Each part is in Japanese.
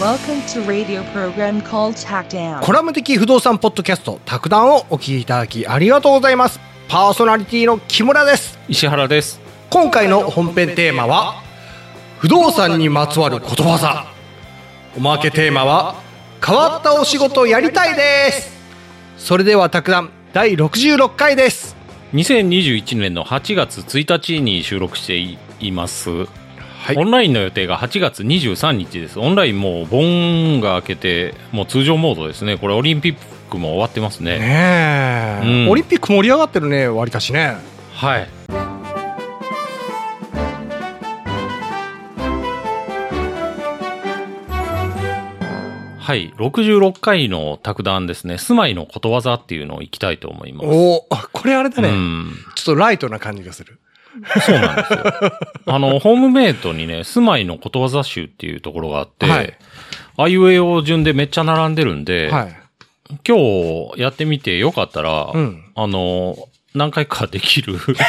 Welcome to radio program called Hackdown. コラム的不動産ポッドキャスト「卓談」をお聞きいただきありがとうございますパーソナリティの木村です石原です今回の本編テーマは不動産にまつわることわざおまけテーマは変わったお仕事をやりたいですそれでは卓談第66回です2021年の8月1日に収録しています、はいオンラインの予定が8月23日ですオンラインもう盆が明けてもう通常モードですねこれオリンピックも終わってますねねえ、うんオリンピック盛り上がってるねわりかしねはいはい66回の卓談ですね住まいのことわざっていうのをいきたいと思いますおおこれあれだね、うんちょっとライトな感じがするそうなんですよ。 あの、ホームメイトにね、住まいのことわざ集っていうところがあって、はいあいうえお順でめっちゃ並んでるんで、はい今日やってみてよかったら、うんあの、何回かできる。 今日、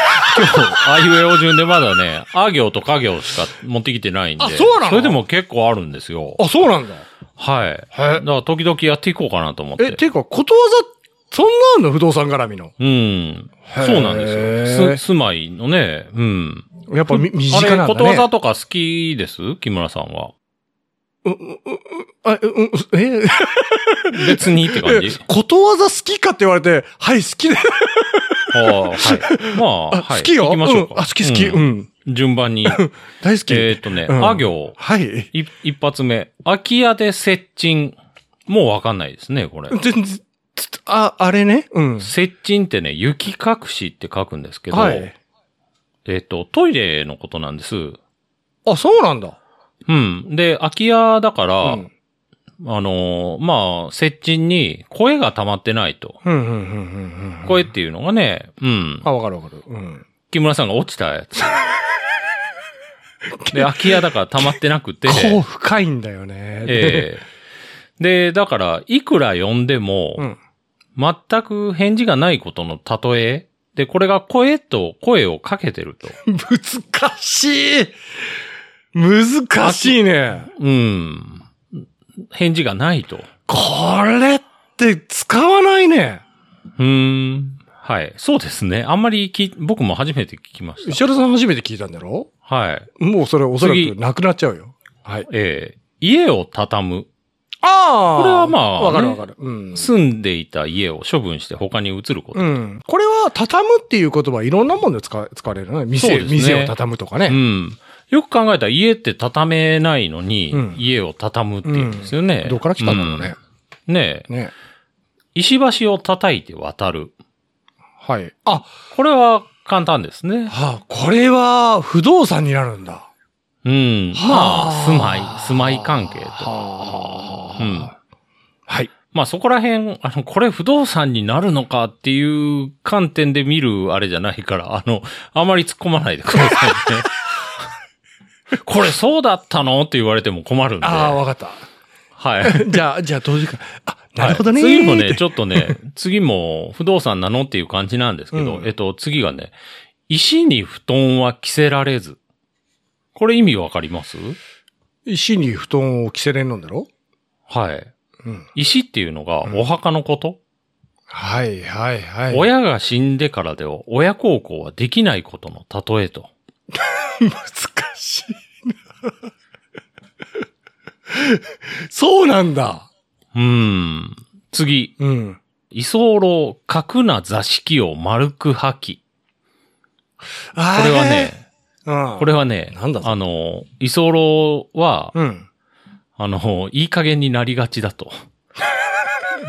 あいうえお順でまだね、あ行とか行しか持ってきてないんで。あそうなのそれでも結構あるんですよ。あそうなんだはい。へだから時々やっていこうかなと思っえてて。いうかことわざそんなんの不動産絡みのうん。へーそうなんですよ。す住まいのね、うん。やっぱみ身近なんだねあれ、ことわざとか好きです木村さんは。う、う、う、あ、う、う、え別にっ て感じことわざ好きかって言われて、はい、好きで、ああはい。まあ、はい。好きよ。行きましょうか。んあ、好き好き、うん。ん順番に。大好き。えーっとね、うんあ行、はい。い一発目。空き家で接近。もうわかんないですね、これ。全然、つあ、あれね。うん。接近ってね、雪隠しって書くんですけど、はい。えーっと、トイレのことなんです。あ、そうなんだ。うん。で、空き家だから、うん。あのーまあ、接近に声が溜まってないと。うん、うん、うん、うん。うん声っていうのがね、うん。あ、わかるわかる。うん。木村さんが落ちたやつ。で、空き家だから溜まってなくて。こう深いんだよね。ええで、だから、いくら呼んでも、うん。全く返事がないことの例え。で、これが声と声をかけてると。難しい難しいね。うん。返事がないと。これって使わないね。うーん。はい。そうですね。あんまりき、僕も初めて聞きまし石原さん初めて聞いたんだろた。はい。もうそれおそら次くなくなっちゃうよ。はい。ええ家を畳む。ああこれはまあわかるねわかる。うん。住んでいた家を処分して他に移ること。うん。これは、畳むっていう言葉、いろんなもんで使わ使われるね。そう店、ですね店を畳むとかうね。ん。よく考えたら家って畳めないのに、うん家を畳むっていうんですよね。どっから来たんだろうね。うん。ねえ。ね。石橋を叩いて渡る。はい。あ、これは簡単ですね。はあ、これは、不動産になるんだ。うん。まはああ、住まい、住まい関係はあと。はあうんはあ。はい。まあそこら辺、あの、これ不動産になるのかっていう観点で見るあれじゃないから、あの、あまり突っ込まないでくださいね。 これそうだったのって言われても困るんで。ああ、はわかった。 い。じゃあ、じゃあ、当時から。あ、なるほどね。はい次もね、ってちょっとね、 次も不動産なのっていう感じなんですけど、うんえっと、次がね、石に布団は着せられず。これ意味わかります石に布団を着せれんのんだろはい。うん。石っていうのがうんお墓のこと、はい、はい、はい。親が死んでからでは親孝行はできないことの例えと。難しいな。そうなんだ。うーん。次。うん。居候、格な座敷を丸く吐き。あこれはね、れはね、うん、これはね、なんだぞあの、居候は、うん。あの、いい加減になりがちだ と。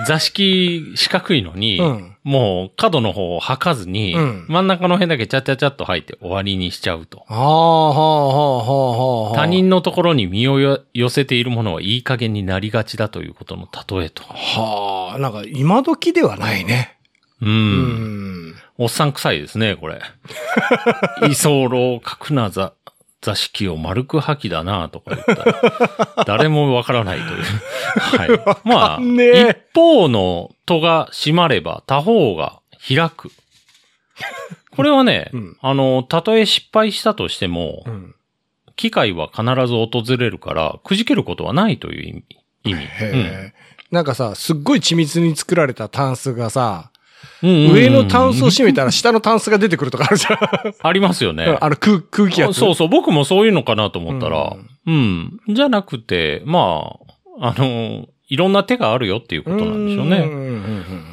座敷四角いのに、うんもう角の方を吐かずに、うん真ん中の辺だけちゃちゃちゃっと吐いて終わりにしちゃうと。はあ、はあ、はあ、はあ、はあ。他人のところに身をよ寄せているものはいい加減になりがちだということの例えと。はあ、なんか今時ではないね。うん。うん。おっさん臭いですね、これ。 居候、格な座、座敷を丸く吐きだなとか言ったら、誰もわからないという。はい。まあ、んねえ一方の戸が閉まれば他方が開く。これはね、うんあの、たとえ失敗したとしても、うん。機会は必ず訪れるから、くじけることはないという意味。意味へえなんかさ、すっごい緻密に作られたタンスがさ、うんうんうん上のタンスを閉めたら下のタンスが出てくるとかあるじゃん。ありますよね。 あの空空気圧。そうそう、僕もそういうのかなと思ったら、うん、じゃなくて、まあ、あの、いろんな手があるよっていうことなんでしょううんね。うん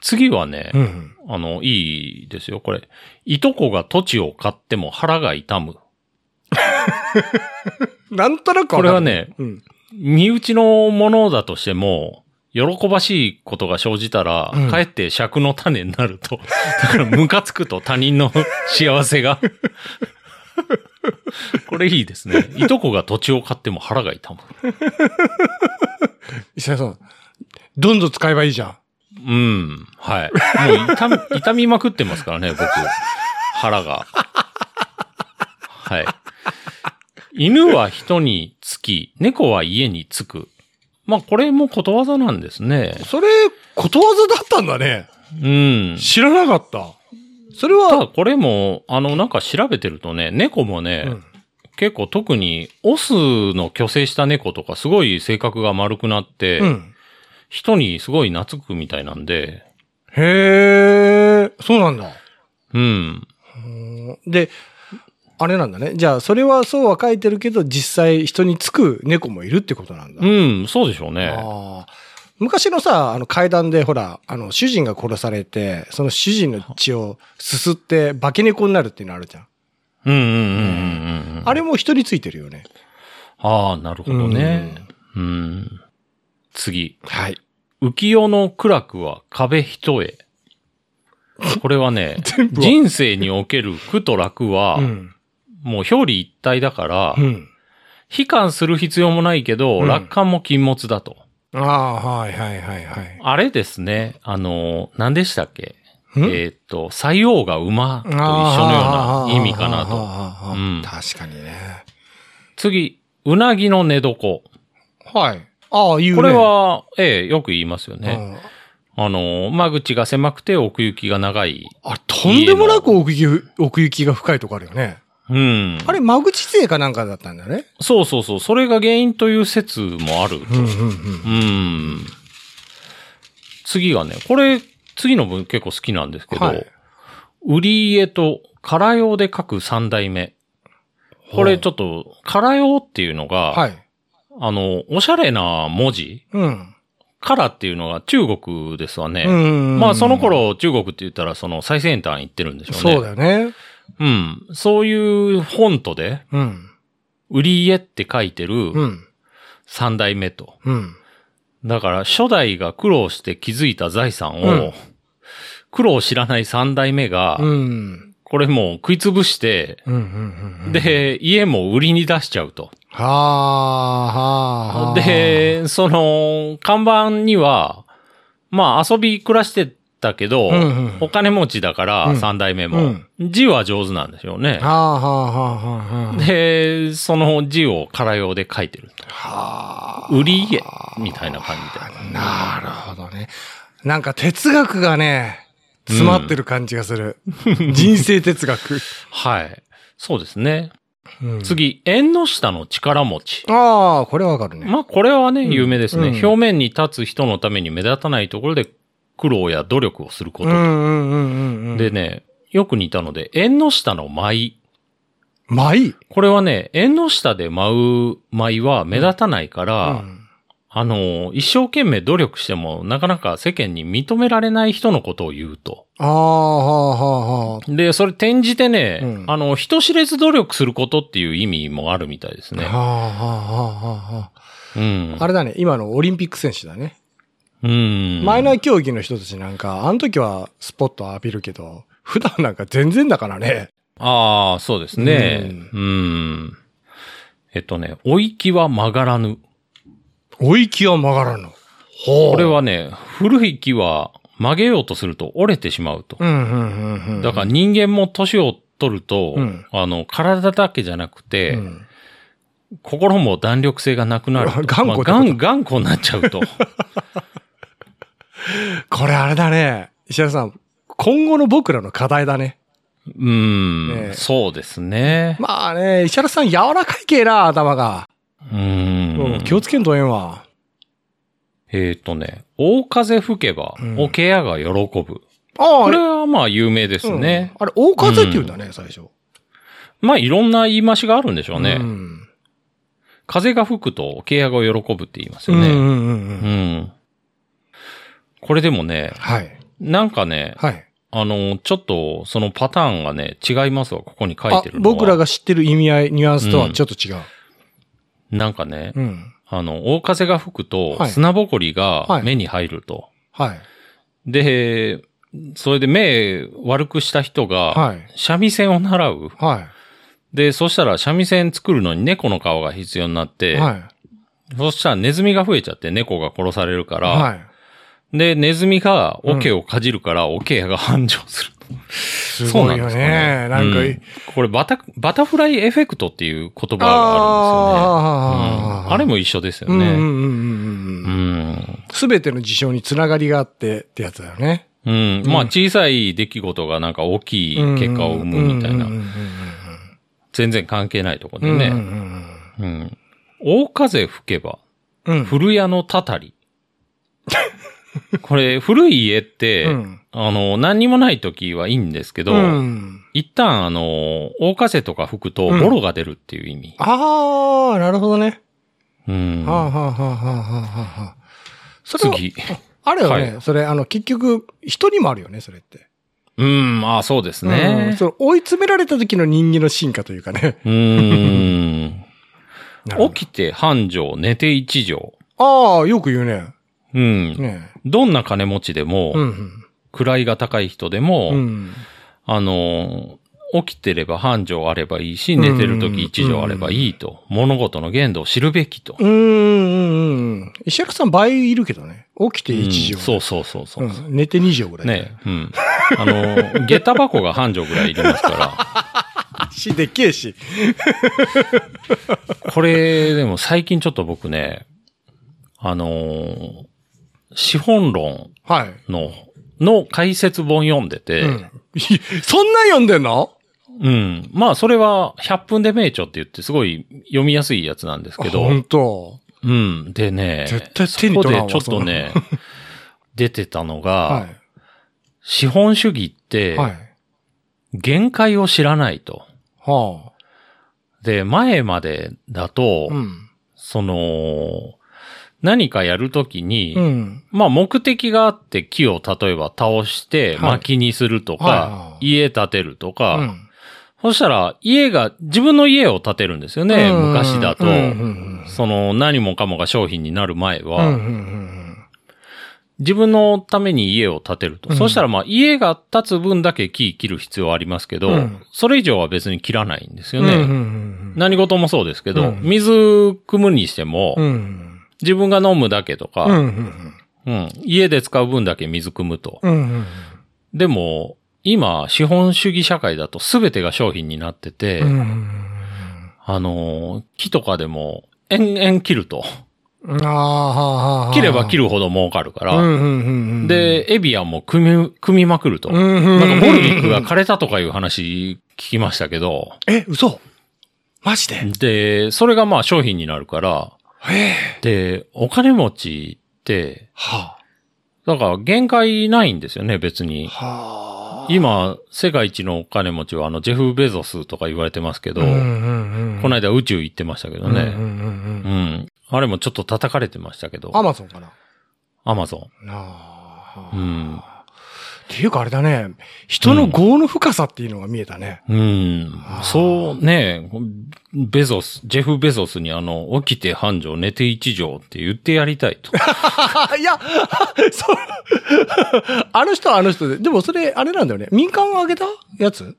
次はねうんう、んあの、いいですよ、これ。いとこが土地を買っても腹が痛む。うんなんとなくこわれかはる。ね、うん。身内のものだとしても、喜ばしいことが生じたら、うんかえって尺の種になると。 だから、ムカつくと他人の幸 せが。これいいですね。いとこが土地を買っても腹が痛む。石田さん、どんどん使えばいいじゃん。うん。はい。もう痛み、痛みまくってますからね、僕。腹が。はい。犬は人につき、猫は家につく。まあ、これもことわざなんですね。それ、ことわざだったんだね。うん。知らなかった。それたは、だ、これも、あの、なんか調べてるとね、猫もね、うん結構特に、オスの虚勢した猫とか、すごい性格が丸くなって、うん。人にすごい懐くみたいなんで、へえ、そうなんだ。うん。うんで、あれなんだね。じゃあ、それはそうは書いてるけど、実際人につく猫もいるってことなんだ。うん、そうでしょうね。あー昔のさ、あの階段でほら、あの主人が殺されて、その主人の血をすすって化け猫になるっていうのあるじゃん。うんうんうんうんうん。あれも人についてるよね。ああ、なるほどね。うん。次。はい。浮世の苦楽は壁一 重。これはね全、部は人生における苦と楽は、うん。もう表裏一体だから、うん。悲観する必要もないけど、うん楽観も禁物だと。ああ、はいはいはいはい。あれですね、あの、何でしたっけんえーっと、西洋が馬と一緒のような意味かなあーと。あーあーあーうん確かにね。次、うなぎの寝床。こはい。ああ、言うね。れは、ええ、よく言いますよね。うんあの、間口が狭くて奥行きが長い。あ、とんでもなく奥行き奥行きが深いとこあるよね。うん。あれ、間口税かなんかだったんだよね。そうそうそう。それが原因という説もある。うんうんうん。うん。次がね、これ、次の文結構好きなんですけど、はい売り家と空用で書く三代目。これちょっと、空用っていうのが、はい。あの、おしゃれな文字、うん。からっていうのが中国ですわね。うんまあその、頃中国って言ったらその最先端行ってるんでしょうね。そうだよね。うん。そういうフォントで、うん。売り家って書いてるうん。三代目と。うん。だから初代が苦労して築いた財産を、うん苦労を知らない三代目が、うん。これもう食い潰して、うん。うん。うん、で、家も売りに出しちゃうと。はあ、はあ、はあ。、で、その、看板には、まあ遊び暮らしてたけど、うんうんお金持ちだかうらん三代目も、字は上手なんでしょうねは。あ、はあ、はあ、はあ。で、その字を空用で書いてると。はあ。売り家みたいな感じで。なるほどね。なんか哲学がね、詰まってる感じがする。人生哲学。はい。そうですね。うん、次、縁の下の力持ち。ああ、これわかるね。まあ、これはね、有名ですね、うん表面に立つ人のために目立たないところで苦労や努力をするこうと。んうんうんうんうん。で、ね、よく似たので、縁の下の舞。舞。これはね、縁の下で舞う舞は目立たないから、うんあの、一生懸命努力しても、なかなか世間に認められない人のことを言うと。ああ、はあ、はあ、はで、それ転じてね、うんあの、人知れず努力することっていう意味もあるみたいですあ。ねは。あ、はあ、はあ、はあ。うん。あれだね、今のオリンピック選手だね。うん。マイナー競技の人たちなんか、あの時はスポット浴びるけど、普段なんか全然だからね。ああ、そうですね。ううん。えっとね、おいきは曲がらぬ。追い気は曲がらんの。ほうこれ。はね、古い木は曲げようとすると折れてしまうと。うん、うん、うん、うん。だから人間も年を取ると、うんあの、体だけじゃなくて、うん心も弾力性がなくなると。 頑固ってことまあ頑頑固になっちゃう と。これあれだね。石原さん、今後の僕らの課題だね。うん、ねえそうですね。まあね、石原さん柔らかい系な、頭が。ううんん、。気をつけんとええんわ。えっ、とね、大風吹けばうん、おけやが喜ああ、ぶ。こあれれ、はまあ有名ですね。うんあれ、大風って言うんだね、最初。まあいろんな言い回しがあるんでしょうね。うん。風が吹くと、おけやが喜ぶって言いますうんようね。んうんう。うんん。これでもね、はい。なんかね、はい。あの、ちょっと、そのパターンがね、違いますわ、ここに書いあてるのは。僕らが知ってる意味合い、ニュアンスとはちょっと違う。なんかね、うん。あの、大風が吹くと、はい砂ぼこりはがい目に入ると。はい。で、それで目悪くした人が、はい。三味線を習う。はで、そしたら三味線作るのに猫の皮が必要になっい。て、はそしたらネズミが増えちゃって猫が殺されるかい。ら、はい。で、ネズミが桶をかじるから、桶屋が繁盛する。すごいよね。なんか、うんこれバタ、バタフライエフェクトっていう言葉があるんですよね。あうーんあれも一緒ですようんうんね。うんううんうん。ん。すべての事象につながりがあってってやつだよね。うん。まあ、小さい出来事がなんか大きい結果を生むみたいうんうんな。うん全然関係ないとこうんうでん。ね。うんうんうん。大風吹けば、うん。うん古屋のたた り。これ、古い家って、うんあの、何にもない時はいいんですけど、うん。一旦、あの、大風とか吹くと、うんボロが出るっていう意味。ああ、なるほどね。うん。はあはあはあはあはあはあ。それは次。あるよね。はそれ、あの、結局、人にもあるよね、それって。うん、まあそうですうんね。その追い詰められた時の人間の進化というかね。うーん。き起きて半畳、寝て一畳。ああ、よく言うね。うん。ねどんな金持ちでも、うん。位が高い人でも、うん。あの、起きてれば半畳あればいいし、寝てる時一畳あればいいと、物事の限度を知るべきと。うん、うん、うん。石原さん倍いるけどね。起きて1畳。うんそうそうそうそう。うん寝て2畳ぐらい。ね。うん。あの、下駄箱が半畳ぐらいいりますか足でっけえし。ら、これ、でも最近ちょっと僕ね、あの、資本論はい。の、の解説本読んでて、ううんん。 そんなん読んでんのまあ、それは、100分で名著って言って、すごい読みやすいやつなんですけど、本当うん。でね、絶対手にここ取らでんわちょっとね、出てたのが、は資本主義っい。てはい。、限界を知らないと。はで、前までだと、あ。うん。その、何かやるときに、うん。まあ目的があって木を例えば倒してはい薪にするとか、はい家建てるとか、うんそしたら家が、自分の家を建てるんですよね、うん昔だと。うんうんその何もかもが商品になる前うん。うは、んうんうん自分のために家を建てると。うんそしたらまあ家が建つ分だけ木切る必要はありますけど、うんそれ以上は別に切らないんですうん。よね。うんうん何事もそうですけど、うん水汲むにしても、うん。うん。自分が飲むだけとうんうか、んうん。うん家で使う分だけ水汲むと。うんうんうん。でも、今、資本主義社会だと全てが商品になってて、うんあのー、木とかでも、延々切ると。うんうん。ああ、はあ、はあ。切れば切るるほど儲かるか、からら、で、エビアンも組み、組みまくると。うんうん、なんかモルビックが枯れたとかいう話聞きましたけど、え、嘘マジでで、それがまあ商品になるから、へえ。で、お金持ちって、はだから限界ないんですよね、別あ。に。はあ。今、世界一のお金持ちはあの、ジェフ・ベゾスとか言われてますけど、このい間宇宙行ってましたけどね。うんうんううんん。あれもちょっと叩かれてましたけど。アマゾンかなアマゾあうーんっていうかあれだね、人の業の深さっていうのが見えたね。 ン。うん。そうね、ベゾス、ジェフ・ベゾスにあの、起きて半畳、寝て一畳って言ってやりたい と。あ、いや、 そう、あの人はあの人で、でもそれ、あれなんだよね。民間が上げたやつん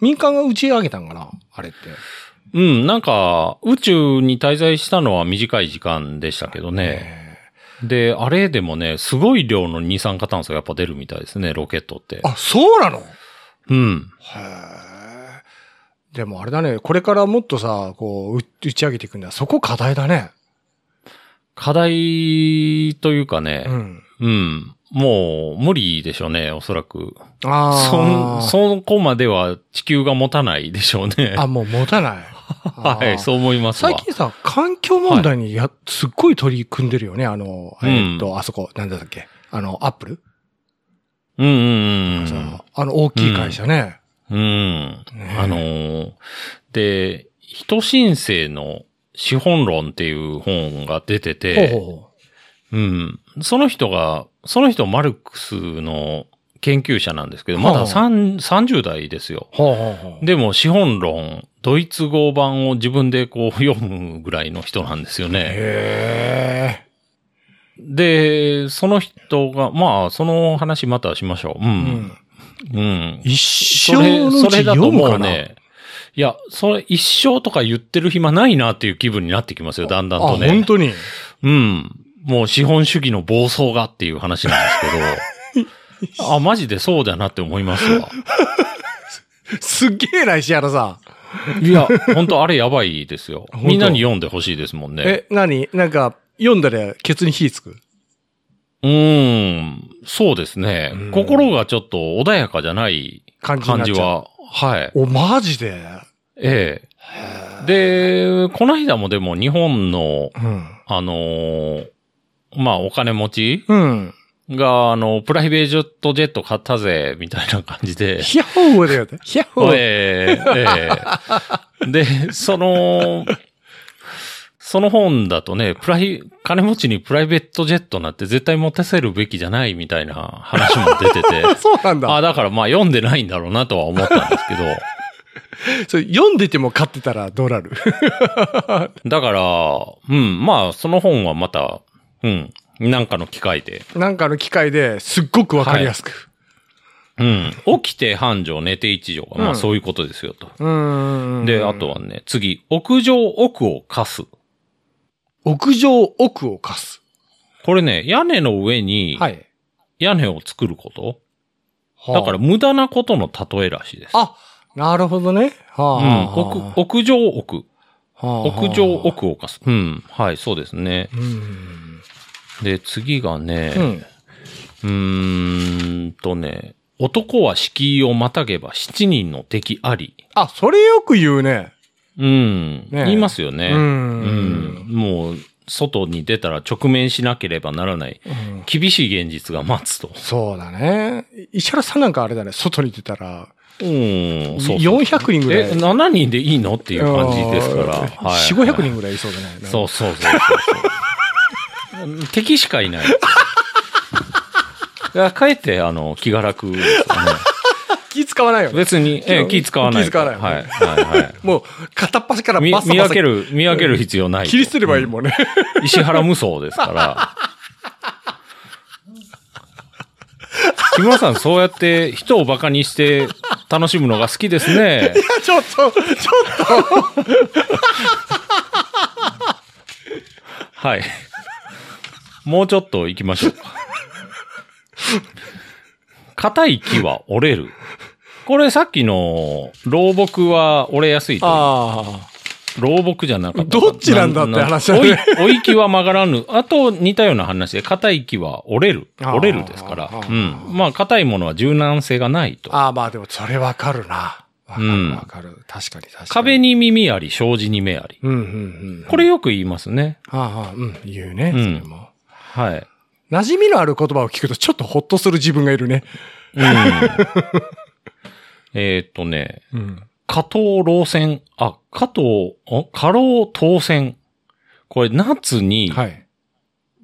民間が打ち上げたんかなあれって。うん、なんか、宇宙に滞在したのは短い時間でしたけどね。で、あれでもね、すごい量の二酸化炭素がやっぱ出るみたいですね、ロケットって。あ、そうなのうん。へえ。でもあれだね、これからもっとさ、こう、う打ち上げていくんだ。そこ課題だね。課題というかね、うん。うん。もう、無理でしょうね、おそらく。そあん、あ。そこまでは地球が持たないでしょうね。あ、もう持 たない。はい、そう思いますわ最。近さ、環境問題にや、すっごい取り組んでるよね。あの、うんえっと、あそこ、なんだったっけ。あの、アップル、うんうんさあの、大きい会社ね。うん。うん。ねあのーで、人申請の資本論っていう本が出てほうて、ほうほうん。その人が、その人マルクスの研究者なんですけど、まほうだ三30代ですよ。う。ほうほうほう。でも資本論、ドイツ語版を自分でこう読むぐらいの人なんですよね。へえ。で、その人が、まあ、その話またしましょう。うう。んん。うん。一そ生れのうそちれだ読とむもかうな。ね、いや、それ一生とか言ってる暇ないなっていう気分になってきますよ、だんだあ、んと本ね。当に。うん。もう資本主義の暴走がっていう話なんです けど。あ、マジでそうだなって思いますわ。すっげえな、石原さいや、本当あれやばいですよ。本当みんなに読んでほしいですもんん。ね。え、なになんか、読んだらケツに火つくうーん。そうですねうん。心がちょっと穏やかじゃない感じに感なっじちゃう。は、はい。お、マジでええ。へで、この間もでも日本ーの、うん。あのーまあ、お金持ちうん。が、あの、プライベートジェット買ったぜ、みたいな感じ で。ヒャッホーだよ ね。ヒャッホー。。ええええで、その、その本だとね、プライ、金持ちにプライベートジェットなんて絶対持たせるべきじゃないみたいな話も出てて そうなんだあ。だからまあ読んでないんだろうなとは思ったんですけど。それ読んでても買ってたらどうなる だから、うん、まあ、その本はまた、うん、なんかの機会で、なんかの機械ですっごくわかりやすく。うん、起きて半畳、寝て一畳が、まうんあそういうことですよと。うーん。で、あと。はね、次、屋上奥を貸す。屋上奥を貸す。これね、屋根の上に、はい。屋根を作ること、だからは無駄なことの例えらしいです。あ、あ、なるほどね。はあうん、屋、屋上奥。屋上。は奥を貸す。うん、はい、そうですねあ。うん。で、次がね、うん。うーんとね、男は敷居をまたげば七人の敵あり。あ、それよく言うね。うん。ねえ言いますよう。ね。うんもう、外に出たら直面しなければならない。うん厳しい現実が待つと。そうだね。石原さんなんかあれだね、外に出たら、うん、そうそう。 400人ぐらい。え、7人でいいのっていう感じですから。うんはい。 4、500人ぐらいいそうだね。そうそうそうそうそううん。敵しかいない。いやかえって、あの、気が楽ですよね。気使わないよね。別に、ええ、気使わない。気使わないよねはい。はいはい。もう、片っ端から見バッサバサ見分ける、見分ける必要ない。切り捨てればいいもんね。うん石原無双ですから。木村さん、そうやって人をバカにして楽しむのが好きですね。 ちょっと、ちょっと。はい。もうちょっと行きましょうか。硬い木は折れる。これさっきの老木は折れやすいというあ老木じゃなかったか。どっちなんだって話だおいね、おい木は曲がらぬ。 あと似たような話で、硬い木は折れる。あー折れるですから。あうんー。まあ、硬いものは柔軟性がないと。あ。ああ、まあでもそれわかるな。わかうるんわかる。確かに確かに。壁。に耳あり、障子に目あり。うんうんうん。これよく言いますね。ああ、ああうん。言うね。うんそれも。はい。馴染みのある言葉を聞くとちょっとほっとする自分がいるね。 うん。えーっとね、うん。加藤老戦、あ、加藤、お過労当戦。これ、夏に、はい。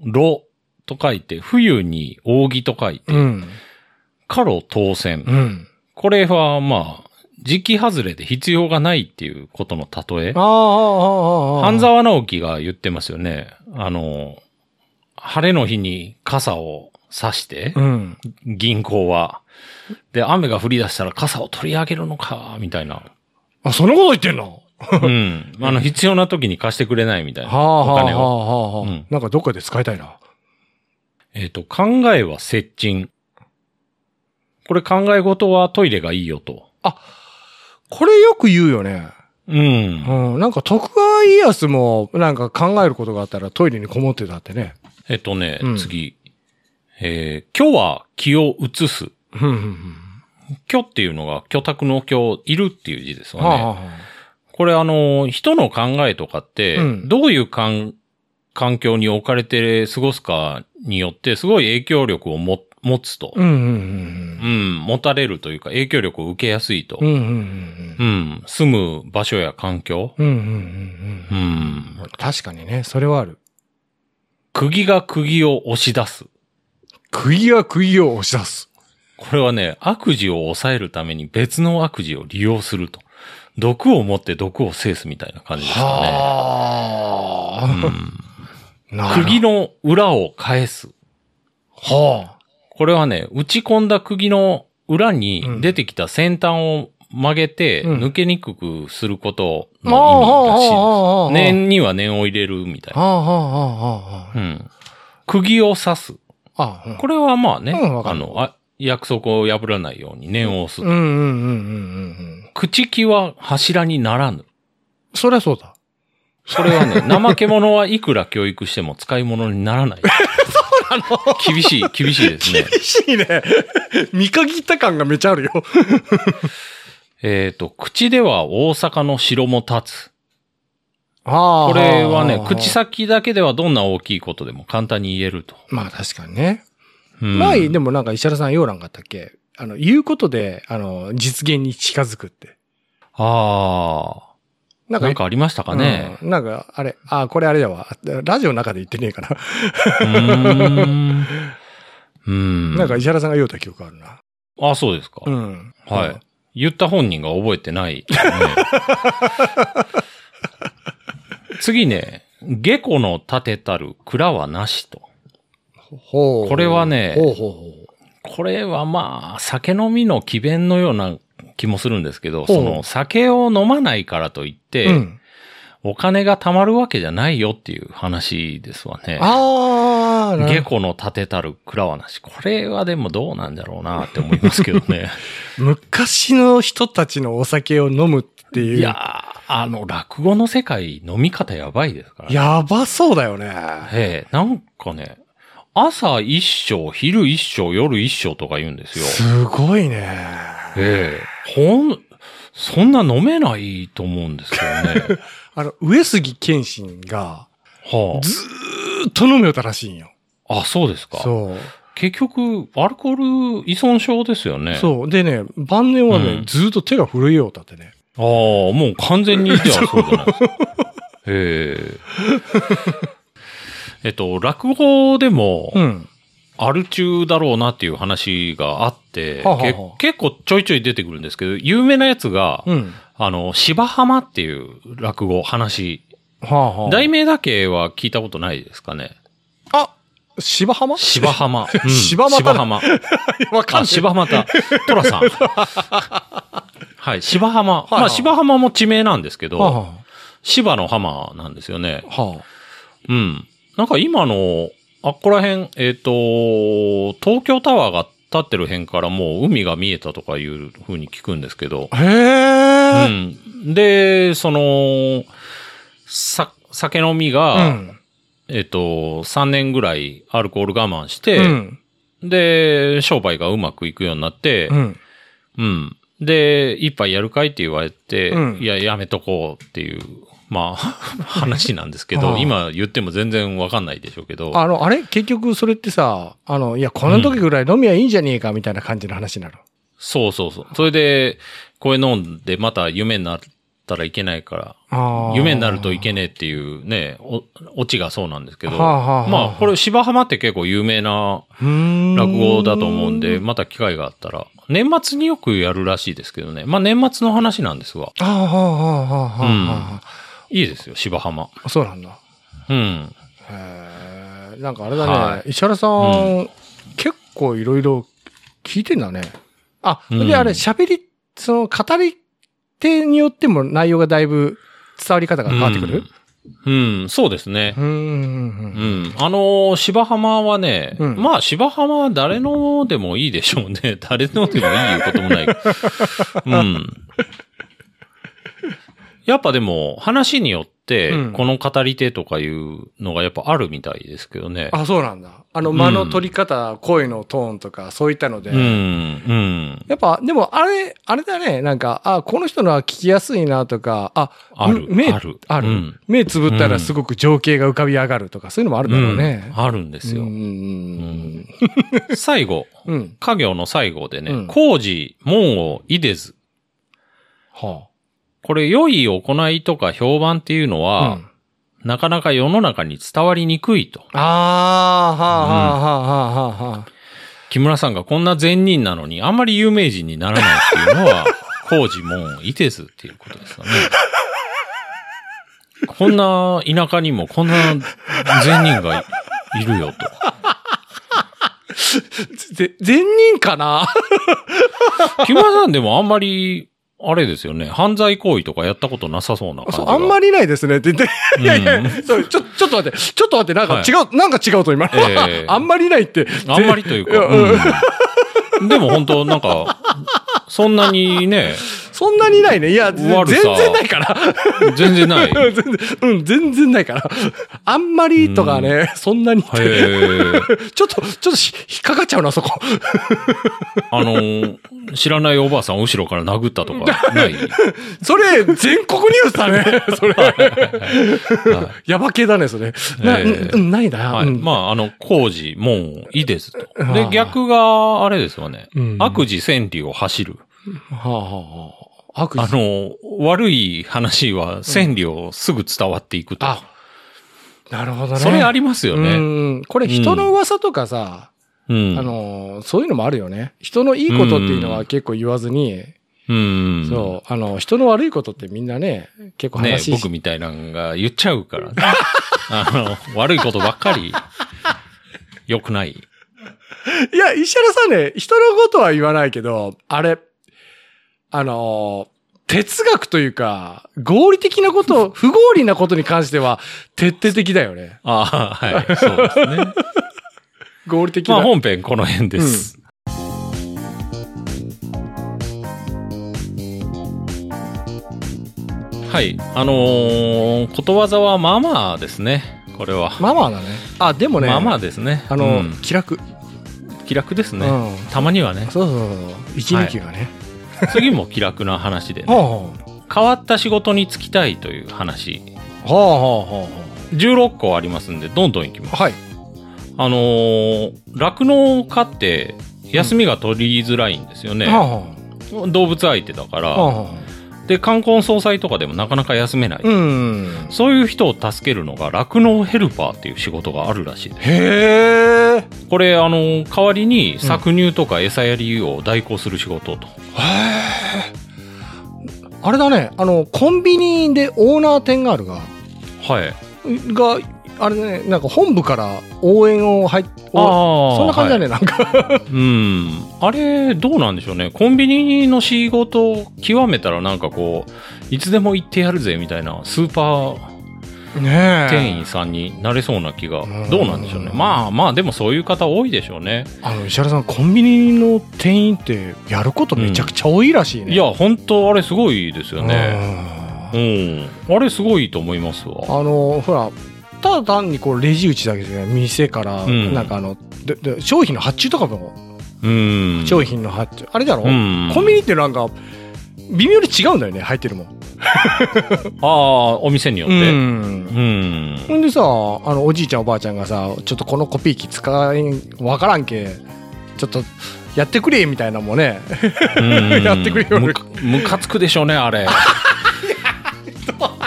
炉と書いて、冬に扇と書いて、うん。過労当戦。うん。これは、まあ、時期外れで必要がないっていうことの例えあ。あ、ああ、ああ。半沢直樹が言ってますよね。あの、晴れの日に傘を差してう、ん。銀行は。で、雨が降り出したら傘を取り上げるのか、みたいな。 あ、そんなこと言ってんのうん。あの、必要な時に貸してくれないみたいはな。あ、はあ、おは金をあ、はあはうあん。なんかどっかで使いたいな。えっと、考えは接近。これ考え事はトイレがいいよと。これよく言うよね。うん。うん。なんか徳川家康も、なんか考えることがあったらトイレにこもってたってね。えっとね、うん次。えー、虚は気を移す。うんうんうん虚っていうのが、虚託の虚、いるっていう字ですよね。はあはあはあこれあの、人の考えとかって、うんどういうかん環境に置かれて過ごすかによって、すごい影響力をも持つと、うんうんうん。持たれるというか、影響力を受けやすいと。うんうんうんうんうん。住む場所や環境。うんうんうんうんううんん。確かにね、それはある。釘が釘を押し出す。釘が釘を押し出す。これはね、悪事を抑えるために別の悪事を利用すると。毒を持って毒を制すみたいな感じですかね。はあ。なるほど釘の裏を返す。はこれはね、打ち込んだ釘の裏に出てきた先端を曲げて、うん抜けにくくすることあ。の意味らしいはあではあはあはあす。念には念を入れるみたいはな。あはあはあはうん。釘を刺す。あ。あ、うんこれはまあね、うんわかあるのあ、約束を破らないように念を押す。うんうんうんうんうんうん。口木は柱にならぬ。そりゃそうだ。これ はね、怠け者はいくら教育しても使い物にな らない。そうなの厳しい、厳しいですね。しいね。見限った感がめちゃあるよ。えっと、口では大阪の城も立つ。ああ。これはね、口。先だけではどんな大きいことでも簡単に言えると。まあ確かにね。うん前、でもなんか石原さんようなんかあったっけあの、言うことで、あの、実現に近づくって。あなあ。んかなんかありましたかね。うんなんか、あれ、あ、これあれだわ。ラジオの中で言ってねえかな。うーん。うん。なんか、石原さんが言うた記憶あるな。あ、そうですか。うん。はい。言った本人が覚えてない ですね。次ね、下戸の建てたる蔵はなしと。ほう。これはねほうほうほこれはまあ、酒飲みの詭弁のような気もするんですけど、そおのう酒を飲まないからといって、う。うん。お金が貯まるわけじゃないよっていう話ですわね。あー、な下るほ戸の建てたる蔵はなし。これはでもどうなんだろうなって思いますけどね。ど昔の人たちのお酒を飲むって いう。いやー、あの、落語の世界飲み方やばいですからね。やばそうだよね。ええ、なんかね、朝一章、昼一章、夜一章とか言うんですよ。すごいね。ええ。ほん、そんな飲めないと思うんですけ どね。あの、上杉謙信が、はずーっと飲めよったらしいんよ。あ。あ、そうですか。そう。結局、アルコール依存症ですよね。う。そう。でね、晩年はね、うんずーっと手が震えようたってね。ああ、もう完全にじ ゃあそうじゃないですか。え え。えっと、落語でも、うん。アル中だろうなっていう話があって、はあはあけ結構ちょいちょい出てくるんですけど、有名なやつが、うん。あの、芝浜っていう落語、話。はあはあ。題名だけは聞いたことないですかね。あ、芝浜芝浜。うん芝浜芝浜。 わかんあ、ない。芝浜た。ト ラさん。はい、芝浜。いはいまあ、芝浜も地名なんですけはあど、は芝の浜なんですよね。あ。はあ。うん。なんか今の、あっこら辺、えっ、と、東京タワーが立ってる辺からもう海が見えたとかいう風に聞くんですけど、へうえ。ん。で、その、さ、酒飲みうが、ん。えっと、3年ぐらいアルコール我慢しうて、ん。で、商売がうまくいくようになってう、ん。うん。で、一杯やるかいって言われて、うんいや、やめとこうっていう、まあ、 話なんですけあど、あ今言っても全然わかんないでしょうけど、あの、あれ結局それってさ、あの、いや、この時ぐらい飲みはいいんじゃねえかみたいな感じの話なの。そうそうそう。それで、これ飲んでまた夢になったらいけないから、あー夢になるといけねえっていうね、おオチがそうなんですけど、はあはあはあまあ、これ、芝浜って結構有名なうーん落語だと思うんで、また機会があったら、年末によくやるらしいですけどね。まあ、年末の話なんですが、あーはあはあはあはあはいいですよ、芝浜。あ。そうなんだ。うん。へえ。なんかあれだね、は石原さん、う結構いろいろ聞いてんだね。あ、うんで、あれ、喋り、その、語り手によっても内容がだいぶ伝わり方が変わってくるうん、うんそうですねう。ん。うんん。あのー芝浜はね、うんまあ、芝浜は誰のでもいいでしょうね。 誰のでもいいいうこともない。うん。やっぱでも、話によってうん、この語り手とかいうのがやっぱあるみたいですけどね。あ、そうなんだ。あの、間の取り方、声のトーンとか、そういったので。うん、うん。やっぱ、でも、あれ、あれだね。なんか、あ、この人のは聞きやすいなとか、あ、ある目、あるあるうん目つぶったらすごく情景が浮かび上がるとか、そういうのもあるだろうね。うんあるんですよう。ん。最後、うん。家業の最後でうねん、工事、門をいでず。はこれ、良い行いとか評判っていうのあ。は、うんなかなか世の中に伝わりにくいと。あーはあ、はあ、はあ、はあ、はあ。木村さんがこんな善人なのに、あんまり有名人にならないっていう のは、工事もいてずっていうことですよね。こんな田舎にもこんな善人がいいるよと。ぜ、善人かな木村さんでもあんまり、あれですよね、犯罪行為とかやったことなさそうな感じそう、が。あんまりないですねって言って。いやいやうん、そう、ちょ、ちょっと待って、ちょっと待って、なんかはい違う、なんか違うと今のは、え えあんまりないって。あんまりというか。うんうんでも本当なんか、そんなにね、そんなにないね。いや、ぜ全悪さ然ないから。全然 ない。うん全然、うん、全然ないから。あんまりとかね、そんなにってへえちょっと、ちょっとひ引っかかっちゃうな、そこ。あのー知らないおばあさんを後ろから殴ったとか、ない。それ、全国ニュースだ ね、それ。やば系だね、それ。な、ええうんないな。はい。うんまあ、あの、工事、門、いいですと。あで、逆が、あれですよねうん。悪事千里を走る。はあ、はあ、悪意あの、悪い話は千里をすぐ伝わっていくと。あなるほどね。それありますよね。うん。これ人の噂とかさ、うん。あの、そういうのもあるよね。人のいいことっていうのは結構言わずに、うん。そう、あの、人の悪いことってみんなね、結構ね話し、僕みたいなのが言っちゃ うからね。あの、悪いことばっかり、良くない。いや、石原さんね、人のことは言わないけど、あれ、あのー、哲学というか、合理的なこと、不合理なことに関しては、徹底的だよね。ああ、はい。そうです ね。合理的まな。あ、本編この辺です。はい。あのーことわざはまあまあですね。これは。ママだね。あ、でもね、まあまあですね。あの、うん気楽。気楽ですね。うんたまにはね。そうそうそうそう。息抜きがね。次も気楽な話で ね。ほ変わった仕事に就きたいという話。うほうほうほうほ16個ありますんで、どんどんいきますう。はい。あのー酪農家って休みが取りづらいんですよね。ほうほ動物相手だから。うほうほで冠婚葬祭とかでもなかなか休めない、ううん。そういう人を助けるのが酪農ヘルパーっていう仕事があるらしいですへえ。これあの代わりに搾乳とか餌やりを代行する仕へ事と、ーあれだね、あの、コンビニでオーナー店があるが、はいが、あれだね、なんか本部から応援を入っ、おあそんな感じだね、はなんいか。うんあれどうなんでしょうねコンビニの仕事を極めたらなんかこういつでも行ってやるぜみたいなスーパーね店員さんになれそうな気がうんどうなんでしょうねまあまあでもそういう方多いでしょうねあの、石原さん、コンビニの店員ってやることめちゃくちゃ多いらしいね。いや本当あれすごいですようん、ね、うん。あれすごいと思いますわ。あの、ほら、ただ単にこうレジ打ちだけじゃない店から、うんなんかあのでで商品の発注とかも、うん。商品の発注あれだろ、うん。コンビニってなんか微妙に違うんだよね入ってるもんああ、お店によって。ん うん。ほんでさあのおじいちゃんおばあちゃんがさちょっとこのコピー機使えんわからんけちょっとやってくれみたいなのもねうんやってくれよむかむかつくでしょうね、あ れ。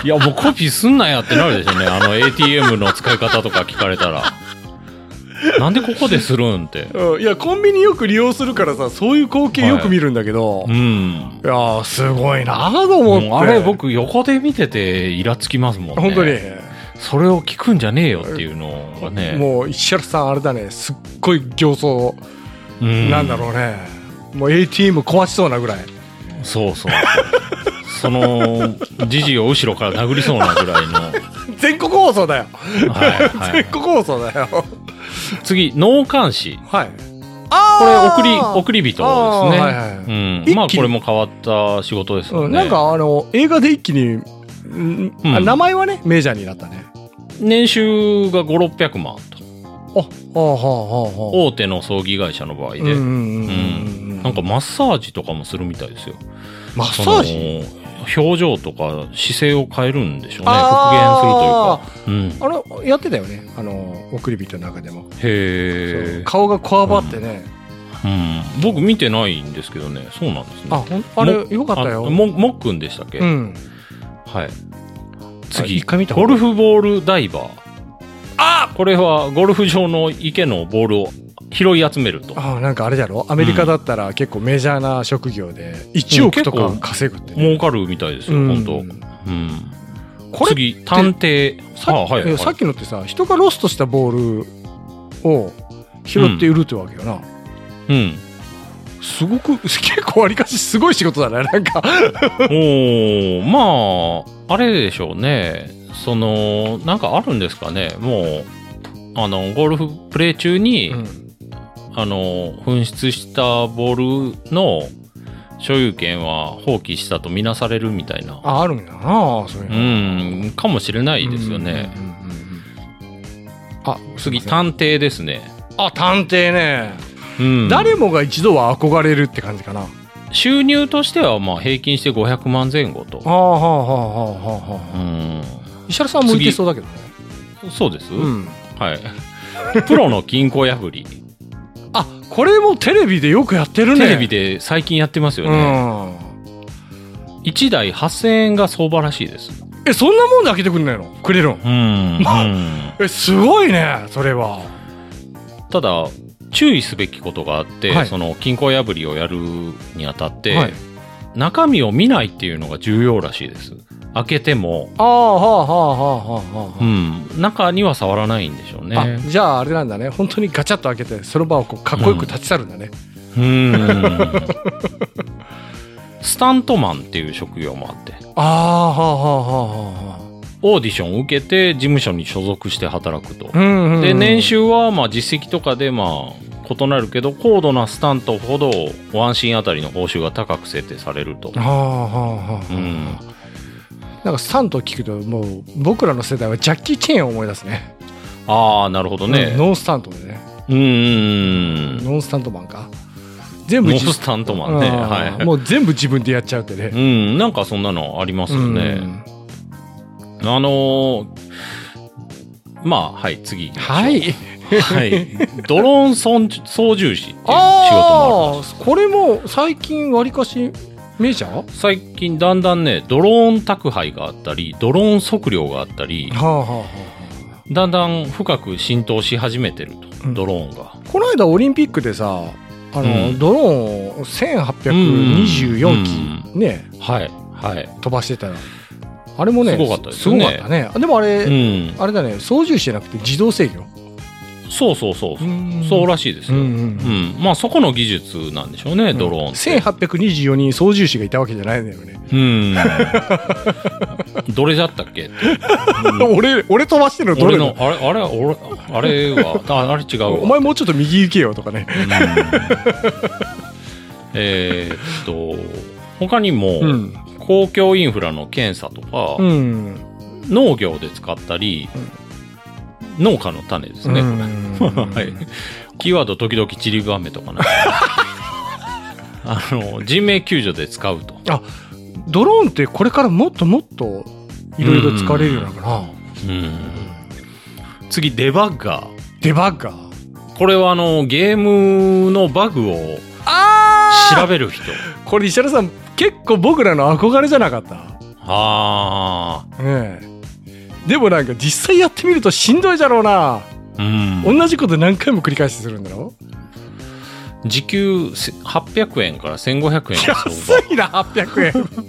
いや、もうコピーすんなやってなるでしょうね。あの ATM の使い方とか聞かれたら。なんでここでするんって。うんいやコンビニよく利用するからさそういう光景よく見るんだけど、うい、ん。やーすごいなーと思って、もうあれ僕横で見ててイラつきますもんね。本当に、それを聞くんじゃねえよっていうのがね。もう石原さんあれだねすっごい形相うなんだろうね、もう ATM 壊しそうなぐらいそうそう。その、じじを後ろから殴りそうなぐら いの。はい全国放送だよ、 はい全国放送だよ次、脳幹視。はいこれ、あー送り、送り人ですね。あーはいはいうん。まあ、一気にこれも変わった仕事ですようんね。なん、かあの映画で一気に、うんあうん名前はねメジャーになったね年収が5、600万と。あああはあはあはあ。大手の葬儀会社の場合で、うんうんうんううんんなんかマッサージとかもするみたいですよ。マッサージその表情とか姿勢を変えるんでしょうね。あ復元するというか。うん。あれ、やってたよね。あの、送り人の中でも。へえ。顔がこわばってね。うん。僕見てないんですけどね。そうなんですね。あ、ほんあれ、よかったよあ。も、もっくんでしたっけ、うん。はい。あ次。一回見た方ゴがいルいフボールダイバー。あこれはゴルフ場の池のボールを拾い集めると。あなんかあれだろアメリカだったら結構メジャーな職業で1億とか稼ぐってね、儲かるみたいですよ、本当うん。これ次、探偵。さ,、あはいはいさっきのってさ人がロストしたボールを拾って売るってわけよな、うん。すごく結構わりかしすごい仕事だねなんかおおまああれでしょうねそのなんかあるんですかねもうあのゴルフプレー中に、あの紛失したボールの所有権は放棄したとみなされるみたいなああるんだなそういううの、んかもしれないですよね、うんうんうんうんあ次探探偵ですね、あ探偵ね、うん、誰もが一度は憧れるって感じかなは収入としてはまあ平均して500万前後とあ、はあはあはあはあうん石原さん向いてそうだけどねそうです、うんはいプロの金庫破りあこれもテレビでよくやってるねテレビで最近やってますようね、ん1台8000円が相場らしいですえそんなもんで開けてくんないのくれるのうん、えすごいねそれはただ注意すべきことがあって、はいその金庫破りをやるにあたって、はい中身を見ないっていうのが重要らしいです開けても、ああはあはあはあはあはあうん、中には触らないんでしょうあねじゃああれなんだね本当にガチャッと開けてその場をこうかっこよく立ち去るんだね、うん スタントマンっていう職業もあってああはあはあはあはオーディションを受けて事務所に所属して働くと、あうんうんうんで年収はまあ実績とかでまあ異なるけど高度なスタントほどワンシーンあたりの報酬が高く設定されるとは、あはあはうあ、ん、なんかスタント聞くともう僕らの世代はジャッキー・チェーンを思い出すねああなるほどねノースタントでねうんうんノンスタントマンか全部ノー自スタントマンねうんはいもう全部自分でやっちゃうってねう、んなんかそんなのありますよね、あのーまあはい次行きましょうはい はいドローン操縦操縦士っていう仕事もありあますあこれも最近わりかしメジャー最近だんだんねドローン宅配があったりドローン測量があったりはあはあはだんだん深く浸透し始めてると、うんドローンが。あこの間オリンピックでさあの、うんドローンを1824機、ねはい、はい。飛ばしてたらあれもねすごかったですすよごねかったねでもあれ、うん。あれだね操縦士じゃなくて自動制御そうそうそう。そそううららしいですうんよ。ううんんまあそこの技術なんでしょうね、ドローンって。 1824人操縦士がいたわけじゃないんだよね、うん。 どれじゃったっけって 俺俺飛ばしてるのど俺れのの、あれ、あれ、俺、あれは、ああれ違うわ。お前もうちょっと右行けよとかねうんえーっと、他にも、うん公共インフラの検査とか、うん農業で使ったり、農家の種ですね、うん はい。キーワード時々散りばめとか な。あの、人命救助で使うと。ドローンってこれからもっともっといろいろ使われるようになるかな、次、デバッガー。デバッガーこれはあの、ゲームのバグをあ調べる人。あこれ石原さん結構僕らの憧れじゃなかった ああ。ねえでもなんか実際やってみるとしんどいじゃろうな、うん。同じこと何回も繰り返しするんだろ時給せ800円から1500円の相場。安いな800円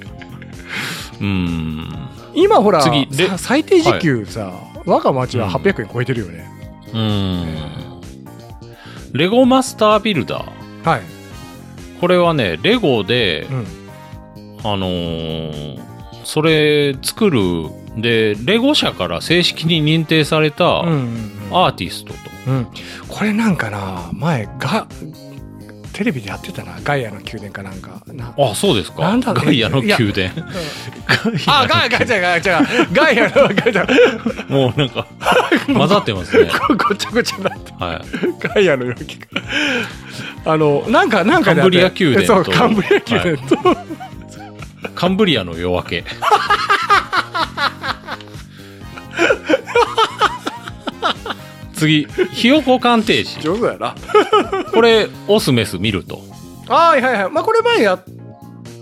うん。 今ほら次でさ最低時給さ、我が町は800円超えてるよね、うん。レゴマスタービルダー。はい、これはね、レゴで、うん、あのーそれ作るでレゴ社から正式に認定されたうんうんうんアーティストと、うん、これなんかな前がテレビでやってたなガイアの宮殿かなんかなあ、そうですか。なんだろうガイアのいや宮殿。あガイアガイアガイアガイアのガイアもうなん か、混ざってますね。ごちゃごちゃになってはガイアの容器かあのなんかなんかでカンブリア宮殿そうとカンブリア宮殿と、い。カンブリアの夜明け。次、ひよこ鑑定士。上手やなこれ、オスメス見ると。あはいはいはいまあこれ前やっ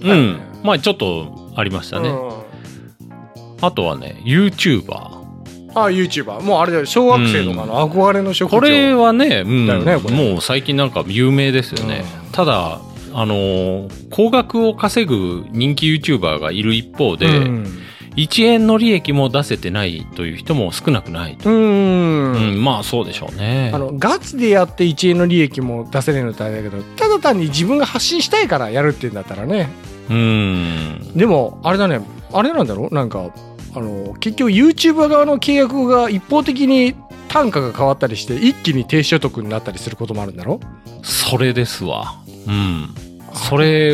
うん。まあちょっとありましたたね。あとはね、YouTuber。ああ YouTuber もうあれだよ小学生とかの憧れの職業これはね、うんだよねこれもう最近なんか有名ですよね。うんただ、あのー高額を稼ぐ人気 YouTuber がいる一方で、うん1円の利益も出せてないという人も少なくないと。ううんんまあそうでしょうねあ。のガチでやって1円の利益も出せないのってあれだけどただ単に自分が発信したいからやるって言うんだったらねうん。でもあれだねあれなんだろうなんかあの結局 YouTuber 側の契約が一方的に単価が変わったりして一気に低所得になったりすることもあるんだろそれですわ。うん。それ、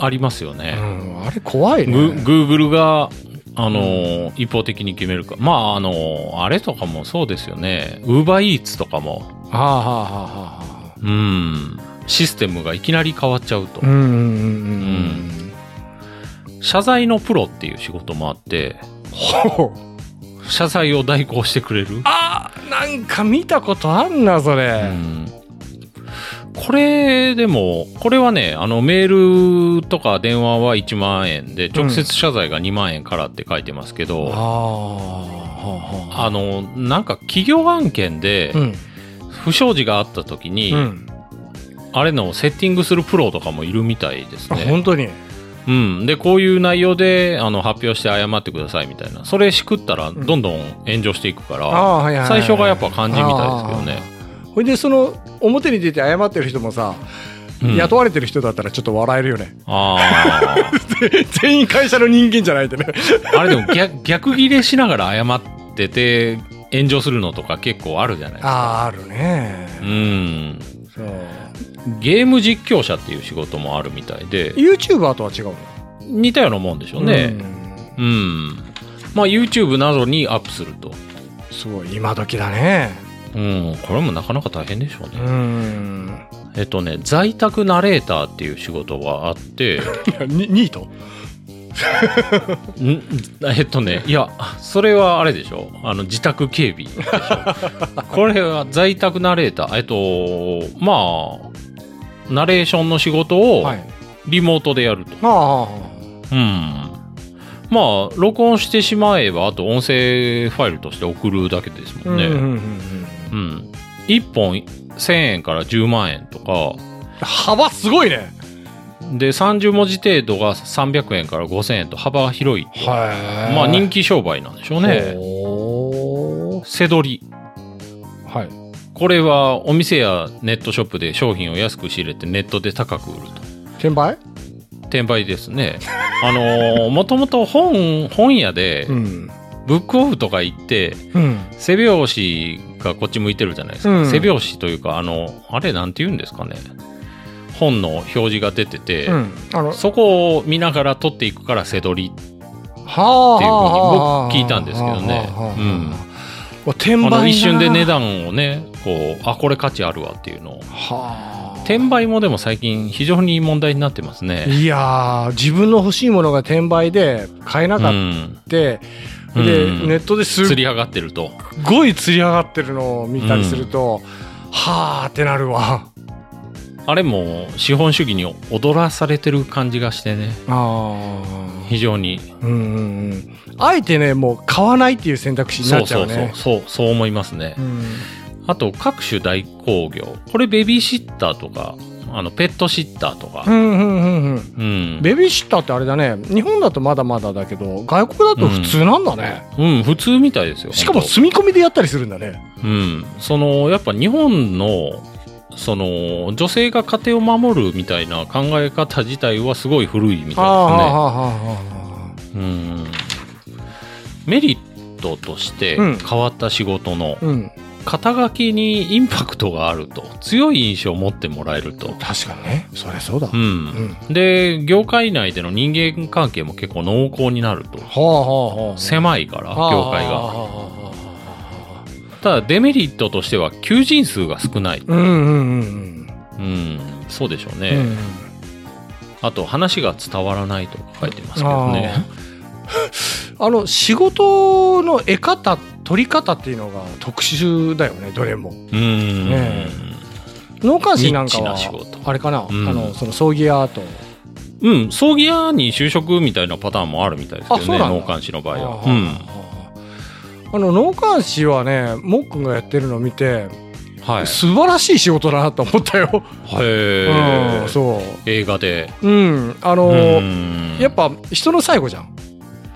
ありますようね。んあれ怖いねグーグルが、あのー一方的に決めるか。まあ、あのーあれとかもそうですよね。ウーバーイーツとかも、はあはあはあはあうん、システムがいきなり変わっちゃうとうん。うんうんうんうん謝罪のプロっていう仕事もあって、ほう謝罪を代行してくれる。あなんか見たことあんなそうれんこれでも、これはね、あのメールとか電話は1万円で、直接謝罪が2万円からって書いてますけあーはど、あはああの、なんか企業案件でうん不祥事があった時に、うんあれのセッティングするプロとかもいるみたいですあね。本当にうん。で、こういう内容で、あの、発表して謝ってくださいみたいな。それしくったら、んどんどん炎上していくから、あーはいはいはい最初がやっぱ肝心みたいですけどね。あーほいでその表に出て謝ってる人もさ、うん雇われてる人だったらちょっと笑えるよ ねああ。全員会社の人間じゃないってねあれでも逆逆ギレしながら謝ってて炎上するのとか結構あるじゃないです か。あああるねうん。そうゲーム実況者っていう仕事もあるみたいで、 YouTuber とは違う似たようなもんでしょのうね。うん。まあ YouTube などにアップするうと。んすごい今時だねうん。これもなかなか大変でしょううね。んえっとね、在宅ナレーターっていう仕事が あって、 にニートんえっとね、いや、それはあれでしょあの、自宅警備でし ょこれは在宅ナレーター。えっと、まあ、ナレーションの仕事をはいリモートでやると。ああうん。まあ、録音してしまえば、あと音声ファイルとして送るだけですもんね。うんうんううんんうん1本1000円から10万円とか、幅すごいねで、30文字程度が300円から5000円と幅が広い。はまあ、人気商売なんでしょうね。せどり。はいこれはお店やネットショップで商品を安く仕入れてネットで高く売ると。転売転売で すね。あのー、もともと本、本屋で、んブックオフとか行って、うん背拍子がこっち向いてるじゃないですか。うん背拍子というか、あの、あれなんて言うんですかね。本の表示が出てて、うんあのそこを見ながら取っていくから、背取り。はっていうふうにあ僕聞いたんですけどねうんうん。転あ売だのな一瞬で値。段をね、こう、あ、これ価値あるわっていうのを。はあ。転売もでも最近非常に問題になってますね。いやー自分の欲しいものが転売で買えなうかっん。た。で、うんネットですっ釣り上がってると。ごい釣り上がってるのを見たりすると、はあってなるわ。あれも資本主義に踊らされてる感じがしてね、あ非常に。うんうんうん。あえてね、もう買わないっていう選択肢になそっうちゃそううそうね、。そう、そう思いますね。うんあと、各種代行業。これ、ベビーシッターとか、あの、ペットシッターとうか。んうんうんうん。うん。ベビーシッターってあれだね、日本だとまだまだだけど、外国だと普通なんだね。うん、普通みたいですよ。しかも本住み込みでやったりするんだね。当うん。その、やっぱ日本の、その、女性が家庭を守るみたいな考え方自体はすごい古いみたいですね。あうんメリットとしてうん変わった仕事のあ、うん。肩書きにインパクトがあると強い印象を持ってもらえると、確かにねそりゃそうだ、うはんで業界内での人間関係も結構濃厚になるとあはあはあ狭いから業界はあはがあはあはあただデメリットとしては求人数が少ない、うんうんうんうんうん、そうでしょううね、んあと話が伝わらないと書いてますけどね あの仕事の得方取り方っていうのが特殊だよねどれもうん、ね農家市なんかはニッチな仕事あれかな、うんあのその葬儀屋とうん葬儀屋に就職みたいなパターンもあるみたいですけあどそうねなんだ農官士の場合は、うんああの農家市はねもっくんがやってるのを見て、はい、素晴らしい仕事だなと思ったよ、へうんえそ映画でううんあのうんやっぱ人の最後じゃん、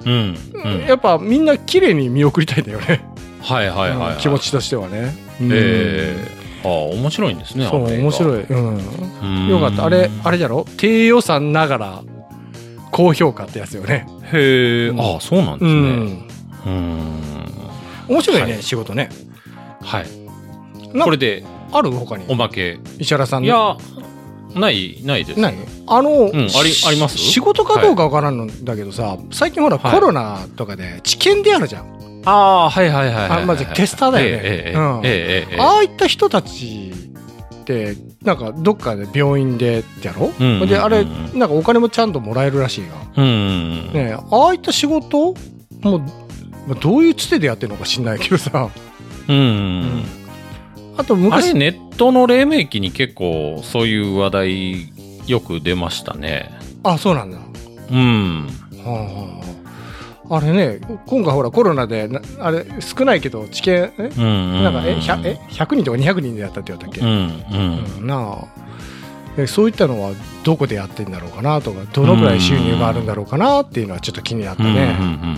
うん、うん、やっぱみんな綺麗に見送りたいんだよね、はいはいはい、はいうん気持ちとしてはね、うんええああ面白いんですねそう面白いい、うん、よかった。あれ、あれじゃろ低予算ながら高評価ってやつよね。へえうんああそうなんですうねん。うん面白いね、は仕事ね。はいなこれである他おに。まけ石原さんいの。やないないですないあの、んありしあります仕事かどうかわからんのだけどさ、最近ほら、はいコロナとかで知見であるじゃん。ああはいはいはいはいあまずテスターだよねええええうんええええああいった人たちって、なんかどっかで病院でってやろうんうんうんで、あれ、なんかお金もちゃんともらえるらしいが。うんうんうねんえああいった仕事もう、まあどういうつてでやってるのか知んないけどさ。 うんうんあとあれ昔、ネットの黎明期に結構そういう話題よく出ましたねあ、そうなんだ。うんはあはあ、あれね今回ほらコロナでなあれ少ないけど知見えうんうんなんかえ 100, え100人とか200人でやったって言われたっけ、うんうんうんなあえそういったのはどこでやってんだろうかなとかどのぐらい収入があるんだろうかなっていうのはちょっと気になったうんうんうんね。うんうんうん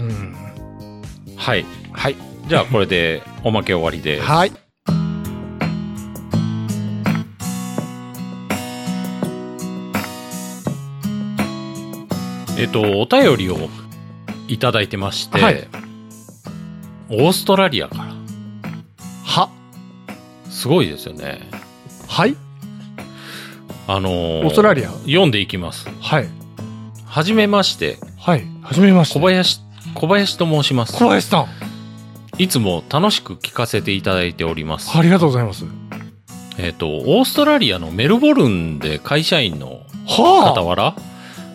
うんうんはいはい、じゃあこれでおまけ終わりですはいえっと、お便りをいただいてまして、はいオーストラリアかはら。すごいですよね。はいあのオーストラリリア読んでいきます。はいはじめまして、はい初めまして小林、小林と申します。小林さんいつも楽しく聞かせていただいております。ありがとうございます。えっと、オーストラリアのメルボルンで会社員のは傍ら、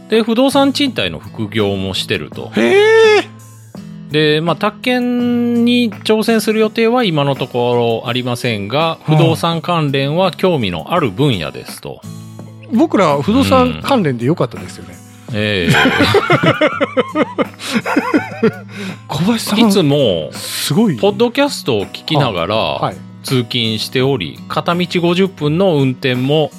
で、不動産賃貸の副業もしてると。あへえで、まあ、宅建に挑戦する予定は今のところありませんが、うん不動産関連は興味のある分野ですと。僕ら不動産関連でよかったですよね。え小林えいつも、すごいポッドキャストを聞きながはら い通勤しており、片道50分の運転も、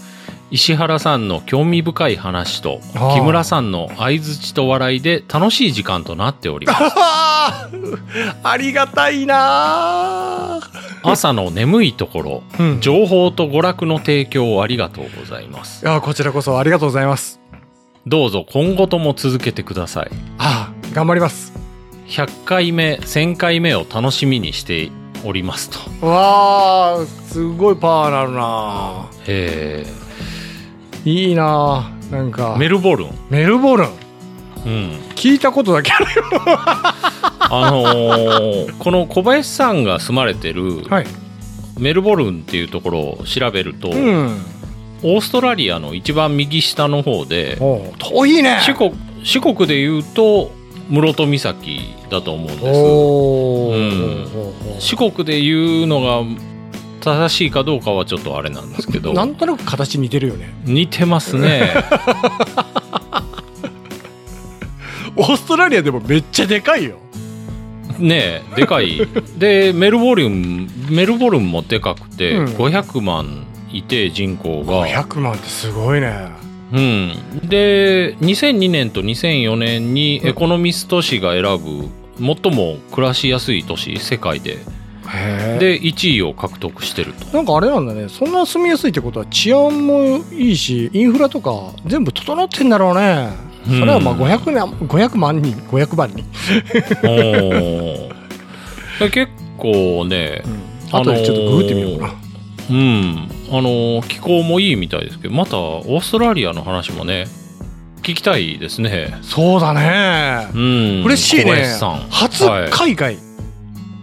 石原さんの興味深い話とあー、木村さんの相づちと笑いで楽しい時間となっております。あーありがたいなー朝の眠いところ、うんい情報と娯楽の提供をありがとうございます。やこちらこそありがとうございますどうぞ今後とも続けてください。あー頑張ります100回目、1000回目を楽しみにしておりますと。わあすごいパワーなるなえーいいなーなんかー、メルボルン。メルボルンうん。聞いたことだけあるあの ーこの小林さんが住まれてるはいメルボルンっていうところを調べると、うんオーストラリアの一番右下の方で、おう遠いね四国、四国で言うと室戸岬だと思うんおでおうんす。四国で言うのが正しいかどうかはちょっとあれなんですけど。なんとなく形似てるよね似てま すね。オーストラリアでもめっちゃでかいよねえでかいでメルボルンメルボルンもでかくて、うん500万いて人口が、 500万ってすごいねうん、で2002年と2004年にエコノミスト誌が選ぶ最も暮らしやすい都市世界でへえで1位を獲得してるとなんかあれなんだねそんな住みやすいってことは治安もいいしインフラとか全部整ってんだろうねうんそれはまあ500, な500万人500万人おーで結構ね、あとでちょっとググってみようかな。うん、あの気候もいいみたいですけどまたオーストラリアの話もね聞きたいですねそうだね。うん嬉しい小ね林さん。初はい海外。ね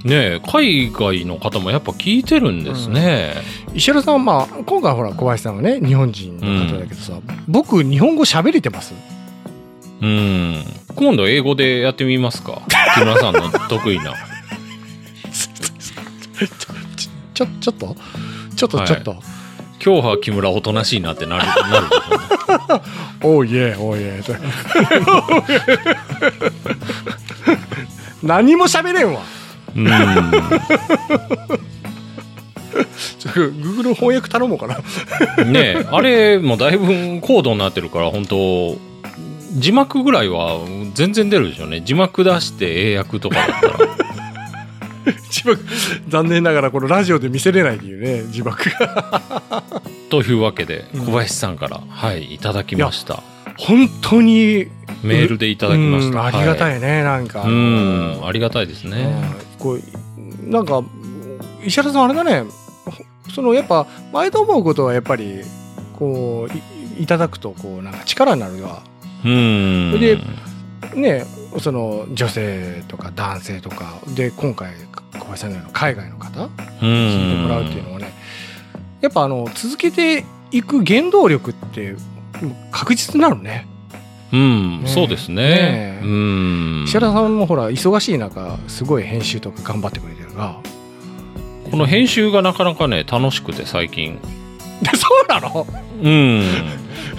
え海外の方もやっぱ聞いてるんですね、石原さんはまあ今回ほら小林さんはね日本人の方だけどさ、僕日本語喋れてますうん今度英語でやってみますか 木村さんの得意なちょちょっとちょっとはいちょっと、今日は木村おとなしいなってなるなるでしょうねおいえおいえ 何も喋れんわうんちょ Google 翻訳頼もうかなねえあれもだいぶ高度になってるから本当字幕ぐらいは全然出るでしょうね字幕出して英訳とかだったら字幕残念ながらこのラジオで見せれないっていうね字幕がというわけでうん小林さんから、はいいただきました本当にいメールでいただきました、うん、ありがたい、いね、なんかうんありがたいですねうんこうなんか石原さんあれだねほそのやっぱ毎度思うことはやっぱりこういいただくとこうなんか力になるがうんそれでねその女性とか男性とかで今回小林さんのような海外の方う聞いてもらうっていうのはねやっぱあの続けていく原動力って確実になるね、うん、ねそうですねねえうん石原さんもほら忙しい中すごい編集とか頑張ってくれてるがこの編集がなかなかね楽しくて最近 そうなのうん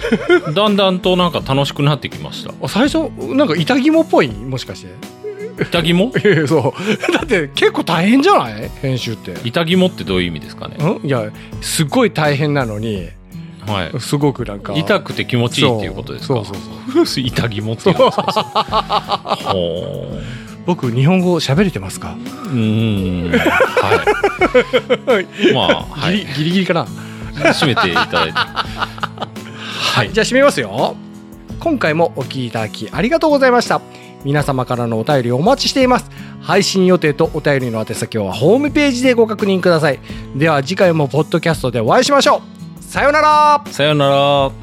だんだんとなんか楽しくなってきましたあ最初なんか板肝っぽいもしかして板肝いやいやそう だって結構大変じゃない編集って板肝ってどういう意味ですかねんいやすごい大変なのにはいすごくなんか痛くて気持ちいいっていうことですかそうそうそうそ 板肝っていうんですか それほうう僕日本語喋れてますか、うーん はい。まあ、はギい。リギリギリかな、締めていただいて。はい。じゃあ締めますよ今回もお聞きいただきありがとうございました皆様からのお便りお待ちしています配信予定とお便りの宛先はホームページでご確認くださいでは次回もポッドキャストでお会いしましょうさようならさようなら。